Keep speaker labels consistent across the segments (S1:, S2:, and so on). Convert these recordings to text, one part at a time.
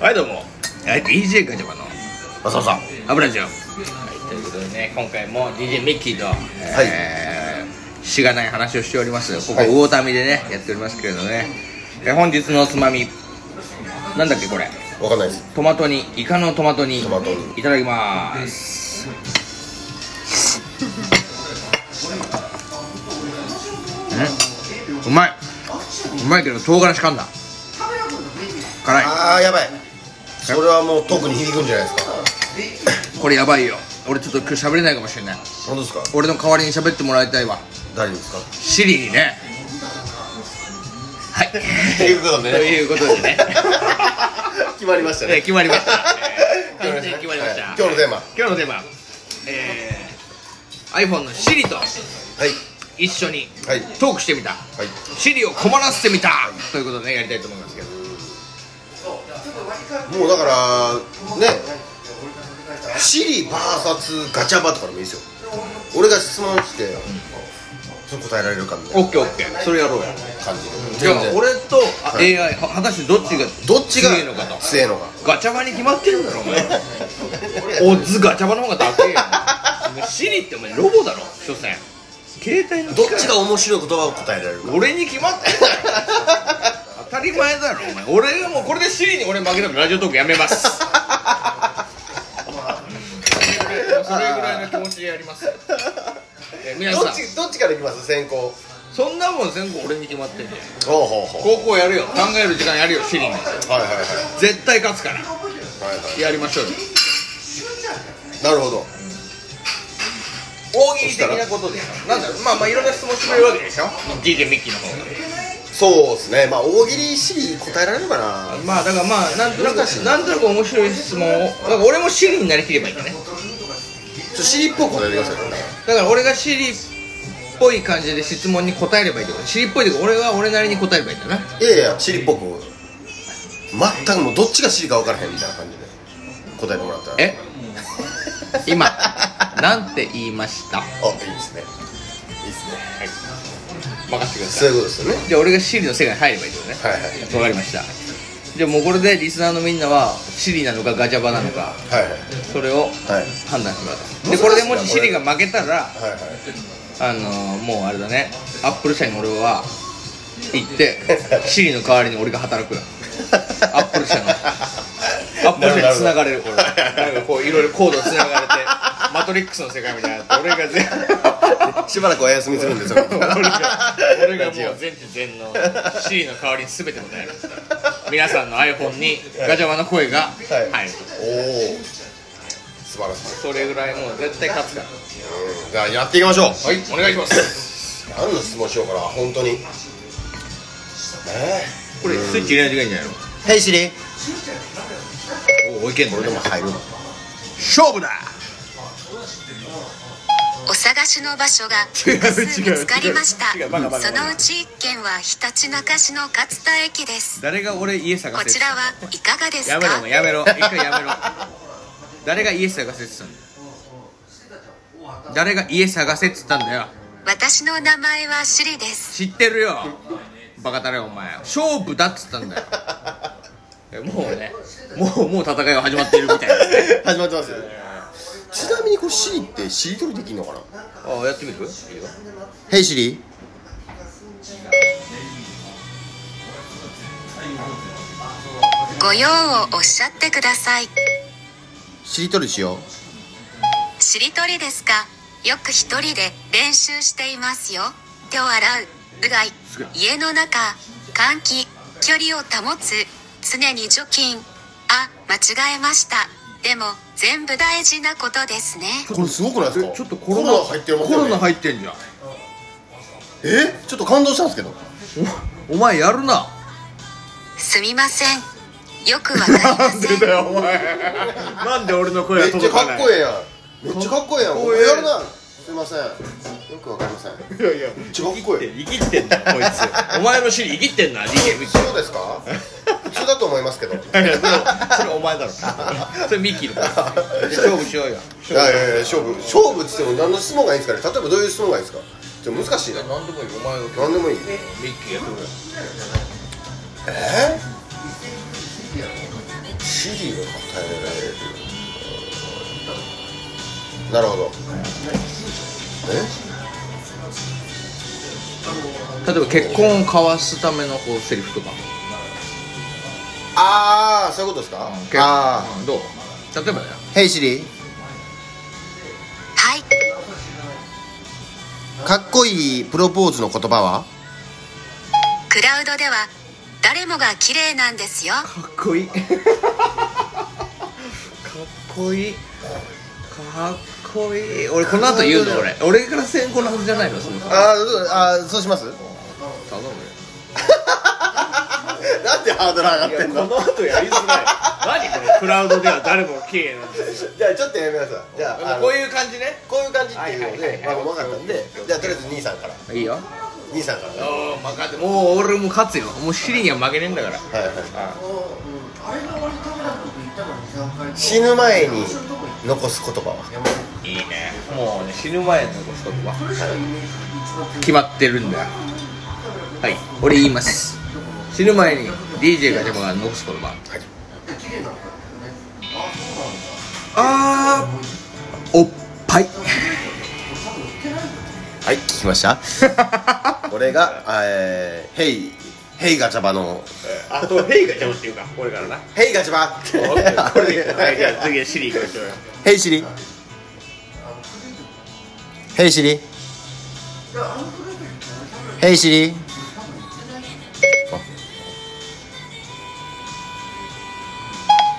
S1: はいどうもはい DJ ガチャバの浅尾さん油じゃんということでね今回も DJ ミッキーと、えーしがない話をしておりますここ
S2: はい
S1: 魚民でね、やっておりますけれどねえ本日のおつまみなんだっけこれ
S2: わかんないです
S1: トマト煮イカのトマト煮
S2: トマト煮
S1: いただきますうんうまいうまいけど唐辛子かんだ辛い
S2: ああやばいそれはもう特に響くんじゃないですか
S1: これやばいよ俺ちょっと今日喋れないかもしれない
S2: 本当ですか
S1: 俺の代わりに喋ってもらいたいわ
S2: 誰ですか
S1: シリにねはい
S2: ということでね
S1: ということでね
S2: 決まりました
S1: え決まりました
S2: 決ま
S1: 全
S2: りました
S1: 然決まりました
S2: はい今日のテーマ
S1: 今日のテーマえー iPhone のシリと
S2: はい
S1: 一緒に
S2: はい
S1: トークしてみた
S2: はい
S1: シリを困らせてみたということでねやりたいと思いますけど
S2: もうだからねシリ VS ガチャバとかでもいいですよ俺が質問してそれ答えられるかみたい
S1: OKOK それやろうや
S2: な感じで
S1: じゃあ
S2: 全然
S1: 俺とあ
S2: はい
S1: AI は果たしてどっちが
S2: どっちが
S1: 強いのかと
S2: 強いのか
S1: ガチャバに決まってるんだろお前オッズガチャバの方が高えよお前シリってお前ロボだろ所詮携帯の
S2: どっ
S1: 機械
S2: ちが面白い言葉を答えられるか
S1: 俺に決まってんだろ当たり前だろお前俺がもうこれでシリに俺負けたらラジオトークやめますそれぐらいの気持ちでやりますえ皆さ
S2: ど
S1: ん
S2: っちどっちからいきます先行ほ
S1: そんなもん全部俺に決まってんじゃん
S2: うほうほ
S1: 高校やるよ考える時間やるよシリに
S2: うはいはいはい
S1: 絶対勝つから
S2: はいはい
S1: やりましょうよ
S2: なるほど
S1: 大喜利的なことでなんだろうまあまあいろんな質問してくれるわけでしょ DJ ミッキーの方が
S2: そうですねまあ大喜利シリ答えられるかな
S1: まあだからまあなんとなく
S2: 難しい
S1: なんとなく面白い質問をだから俺もシリになりきればいいんだね
S2: ちょっとシリっぽく答えてくださいね
S1: だから俺がシリっぽい感じで質問に答えればいいってことシリっぽいってこと俺は俺なりに答えればいいんだない
S2: やいやシリっぽく全くもうどっちがシリか分からへんみたいな感じで答えてもらったら
S1: え今
S2: あ
S1: なんて言いました
S2: いいですねいいですね
S1: 任せてくだ
S2: そういうことですよね
S1: じゃあ俺がシリの世界に入ればいいってことね
S2: はいはい
S1: わかりましたじゃあもうこれでリスナーのみんなはシリなのかガチャバなのか
S2: はいはい
S1: それを
S2: はい
S1: 判断してもらったでこれでもしシリが負けたら
S2: はいはい
S1: あのー、もうあれだねアップル社に俺は行 ってシリの代わりに俺が働くよアップル社の アップル社に繋がれる俺なんかこういろいろコード繋がれてマトリックスの世界みたいになって俺が全
S2: しばらくお休みするんですよ
S1: 俺が俺がもう
S2: 違う
S1: 全知全能シリの代わりに全て答える皆さんの iPhone にガチャマの声が
S2: はい
S1: 入る
S2: おお素晴らしい
S1: それぐらいもう絶対勝つから
S2: じゃあやっていきましょう
S1: はいお願いします
S2: 何の質問しようかな本当にねえ
S1: これスイッチ入れないといけないんじゃない
S2: ヘイシリ
S1: のおおいけんの
S2: これでも入るの
S1: 勝負だ
S3: お探しの場所が
S1: 違う違う
S3: 複数見つかりました
S1: 違う違うバカバカ
S3: そのうち1軒はひたちなか市の勝田駅です
S1: 誰が俺家探
S3: こ
S1: せ
S3: ちらはいかがです
S1: や
S3: か
S1: めろもうやめろ一回やめろ誰が家探せっつったんだよ誰が家探せっつったんだよ
S3: 私の名前はシリです
S1: 知ってるよバカだれお前勝負だっつったんだよえ もうねもうもう戦いが始まっているみたいな
S2: 始まってますよちなみにこれシリってしりとりできんのかな
S1: あやってみるいいよ
S2: ヘイシリ
S3: ご用をおっしゃってください
S2: しりとりしよう
S3: しりとりですかよく一人で練習していますよ手を洗ううがい
S1: すげえ
S3: 家の中換気距離を保つ常に除菌あ間違えましたでも全部大事なことですね
S2: これすごくないですか
S1: ちょっとコロナ
S2: ナ入ってます
S1: コ
S2: よ
S1: ロ
S2: ね
S1: ナ入ってんじゃん
S2: えちょっと感動したんですけど
S1: おお前やるな
S3: すみませんよくわかりません
S1: よお前 なんで俺の声
S2: めっちゃかっこええやんめっちゃかっこええやん
S1: かっ
S2: お
S1: こええ
S2: 前やるなすいませんよくわかりませんめっ
S1: いやいや
S2: ちゃかっこええ
S1: 生きってんだこい つお前の尻生きってんな DJ ミ ッキー
S2: そうですか普通だと思いますけどい
S1: いやそれそれお前だ ろそれミッキーの声勝負しようよ
S2: やいやいや勝負勝負っつっても何の質問がいいんですかね例えばどういう質問がいいですかちょっと難しいな
S1: 何でもいいお前が
S2: 何でもいい
S1: ミッキーやってくれ
S2: えシリを答えられるなるほどえ
S1: 例えば結婚を交わすためのこうセリフとか
S2: ああそういうことですか
S1: 結
S2: あ
S1: うんどう例えばだよ
S2: あ「ヘイシリ
S3: はい
S2: かっこいいプロポーズの言葉は?
S3: クラウドでは誰もが綺麗なんですよ
S1: かっこいい かっこいいかっこいい俺この後言うの俺俺から先行のはずじゃないのその」
S2: あーあーそうします
S1: 頼むよ
S2: なんでハードル上が
S1: いやこの後やりづらい 何このクラウドでは誰も綺麗なんです
S2: じゃあちょっとやめなさいじゃああの
S1: こういう感じね
S2: こういう感じっていうの
S1: はいはい
S2: で
S1: はいはい
S2: まあ分かったんでじゃあとりあえず兄さんから
S1: いいよ
S2: 兄さんからね
S1: おー任せてもう俺も勝つよもうシリには負けねえんだから
S2: はいはい
S4: あれが俺食べたこと言ったの23回
S2: 死ぬ前に残す言葉は
S1: うんいいねもうね死ぬ前のごそば決まってるんだよはい俺言います死ぬ前に DJ ガチャバが残す言葉あーおっぱい
S2: はい聞きました これがえーヘイヘイガチャバの
S1: あとヘイガチャバっていうかこれからな
S2: ヘイガチャバ
S1: これでいいかはいじゃあ次はシリ行きましょうよ
S2: ヘイシリヘイシリヘイシリ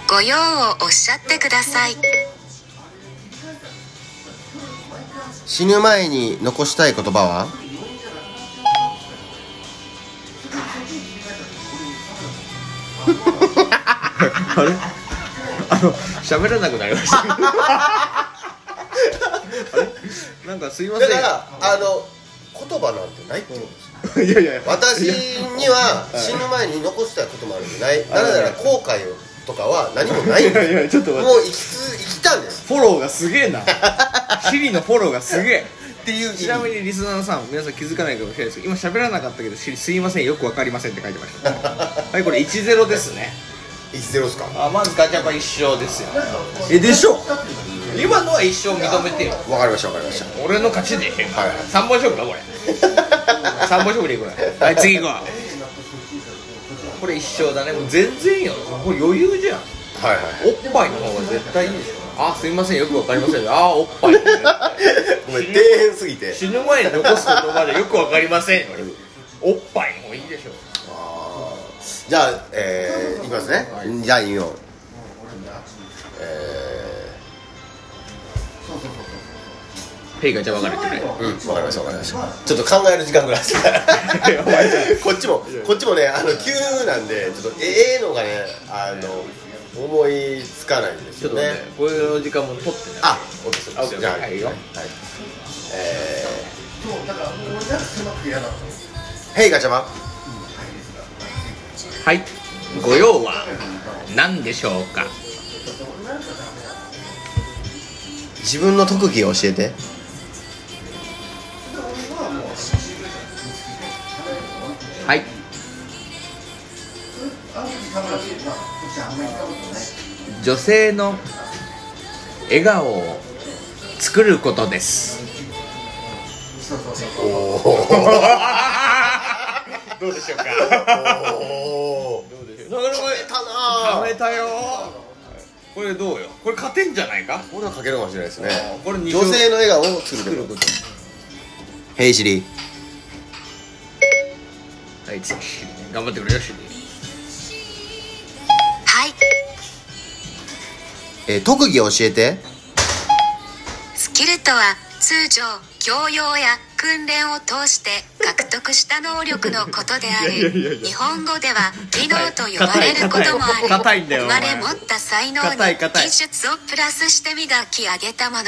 S3: ご用をおっしゃってください
S2: 死ぬ前に残したい言葉は
S1: あれあの喋らなくなり ましたあれなんかすいませ
S2: だ
S1: ん
S2: からあの言葉なんてないってことですよ
S1: いやいや
S2: 私には死ぬ前に残したい言葉なんてないなぜなら後悔とかは何も ないん
S1: いやい
S2: で
S1: や
S2: す
S1: ちょ
S2: よ
S1: っと待って
S2: もう生きつ生きたんです
S1: フォローがすげ えなシリのフォローがすげえ
S2: っていう意味
S1: ちな みにリスナーさん皆さん気づかないかもしれないですけど今喋らなかったけどシリすいませんよくわかりませんって書いてましたはいこれ10ですね
S2: 10ですか
S1: あまずガチャパ一勝ですよえでしょ今のは一勝認めてよ
S2: わかりましたわかりました
S1: 俺の勝ちで、
S2: はいはい
S1: 三本勝負だこれ 三本勝負でいこれはい次行こうこれ一勝だねもう全然よこれ余裕じゃん
S2: はいはい
S1: おっぱいの方が絶対いいでしょあすいませんよくわかりませんあーおっぱい
S2: ごめん底辺すぎて
S1: 死ぬ前に残す言葉でよくわかりませんおっぱいの方がいいでしょ
S2: あーじゃあえー、いきますねじゃあ言うよえ
S1: ペイがじゃ分かれてない
S2: ー、うんわかりましたわかりましたちょっと考える時間ぐらいですこっちもこっちもねあの急なんでちょっとええのがねあの思いつかないんです
S1: ちょっ
S2: よ
S1: と
S2: ね
S1: ねこういう時間も取ってない
S2: あオッケーです
S1: あ
S2: じゃあ
S1: は
S2: はいい
S1: よ
S2: え
S4: そうだからもう俺なんか狭くて嫌だった
S2: ー、ヘイガチャマ
S1: はいご用は何でしょうか
S2: 自分の特技を教えて
S1: はい女性の笑顔を作ることです
S2: おお
S1: どうでしょうか
S2: お
S1: どうでしょうなかな
S2: たな
S1: か
S2: あ
S1: めたよこれどうよこれ勝てんじゃないか
S2: これはかけるかもしれないですね
S1: これ二
S2: 女
S1: 勝
S2: 性の笑顔を作ることヘイシリ
S1: はい次頑張ってくれよシリ
S3: はい
S2: えー特技を教えて
S3: スキルとは通常教養や訓練を通して獲得した能力のことであり日本語では技能と呼ばれることもある
S1: 硬い硬い硬いんだよお
S3: 生ま
S1: 前
S3: れ持った才能に
S1: 硬い硬い
S3: 技術をプラスして磨き上 げたもの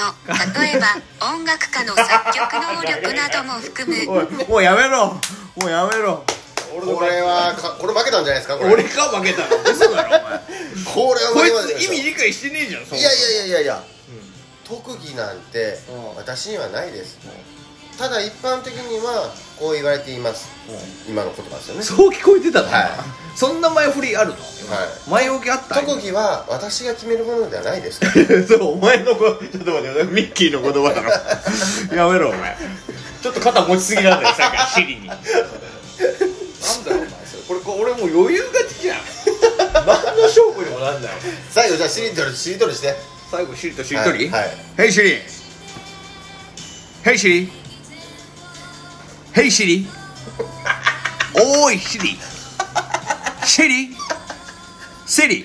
S3: 例えば音楽家の作曲能力なども含む
S1: おいもうやめろもうやめろ
S2: これはかこれ負けたんじゃないですかこれ
S1: 俺か負けたの嘘だろお前
S2: これは
S1: こ
S2: 負
S1: い
S2: けたんじゃ
S1: つ意
S2: ない
S1: 味
S2: で
S1: 理解してねえじゃんそ
S2: すか
S1: ん
S2: い
S1: な
S2: やいやいやいやいや特技なんて
S1: うん
S2: 私にはないですただ一般的にはこう言われています
S1: う
S2: 今の言葉ですよね
S1: そう聞こえてたの、
S2: はい
S1: そんな前振りあるの、
S2: い
S1: 前置きあった
S2: 特技は私が決めるものではないですから
S1: そうお前のこちょっと待ってミッキーの言葉だ ろやめろお前ちょっと肩持ちすぎなんだよさっき尻になんだろうお前それこれこれ俺もう余裕勝ちじゃん何の勝負にもなんない
S2: 最後じゃあしりとりしりとりして
S1: 最後尻と尻取り
S2: はいはい
S1: ヘイシリヘイシリヘイシリおーいシリシリシリ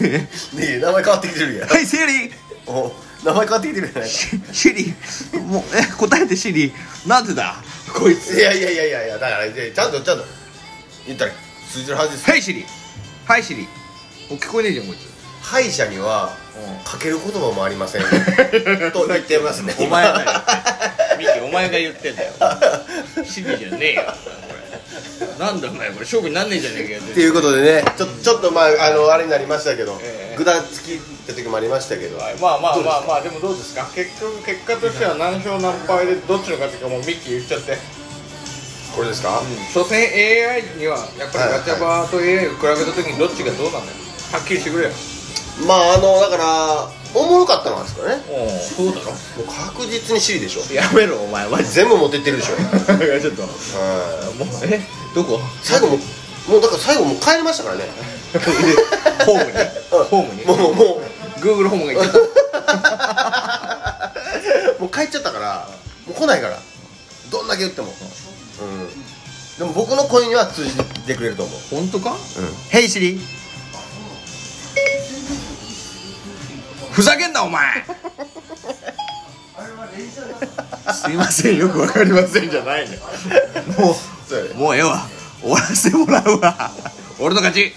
S2: ねえ名前変わってきてるやん
S1: ヘイシリ
S2: お名前変わってきてるじゃないか
S1: シリもうえ答えてシリなんでだこいつ
S2: いやいやいやいやいやだからでちゃんとちゃんと言ったら通じるはずですよ
S1: ヘイシリはいシリもう聞こえねえじゃんこいつ
S2: 歯医者には
S1: う
S2: かける言葉もありません と言ってますね
S1: お前 だよミキ
S2: よ
S1: お前が言ってんだよシリじゃねえよこれなんだお前これ勝負になんねえじゃねえかよ
S2: っていうことでねちょちょっとまああのあれになりましたけど、
S1: ええ
S2: ぐだつきって時もありましたけど、
S1: はいまあまあ
S2: どうで
S1: ま
S2: すか
S1: あまあでもどうですか結局結果としては何勝何敗でどっちの勝ちかもうミッキー言っちゃって、
S2: これですか、
S1: 所詮 AI にはやっぱりガチャバと AI を比べた時にどっちがどうなんだよはっきりしてくれよ
S2: まああのだからおもろかったのはですかね
S1: おそうだろ
S2: もう確実に C でしょ
S1: やめろお前 マジ
S2: 全部持ってってるでしょ、うん
S1: でちょっともうえどこ
S2: 最後ももうだから最後もう帰りましたからね
S1: ホームに
S2: うん
S1: ホームに
S2: もうもうも
S1: Google ホームが行っちゃった
S2: うもう帰っちゃったからもう来ないからどんだけ言っても、うん、でも僕の声には通じてくれると思う
S1: 本当か
S2: 「ヘイシリ
S1: ふざけんなお前すいませんよくわかりませんじゃないのよもう
S2: そうやね
S1: もうええわ終わらせてもらうわ俺の勝ち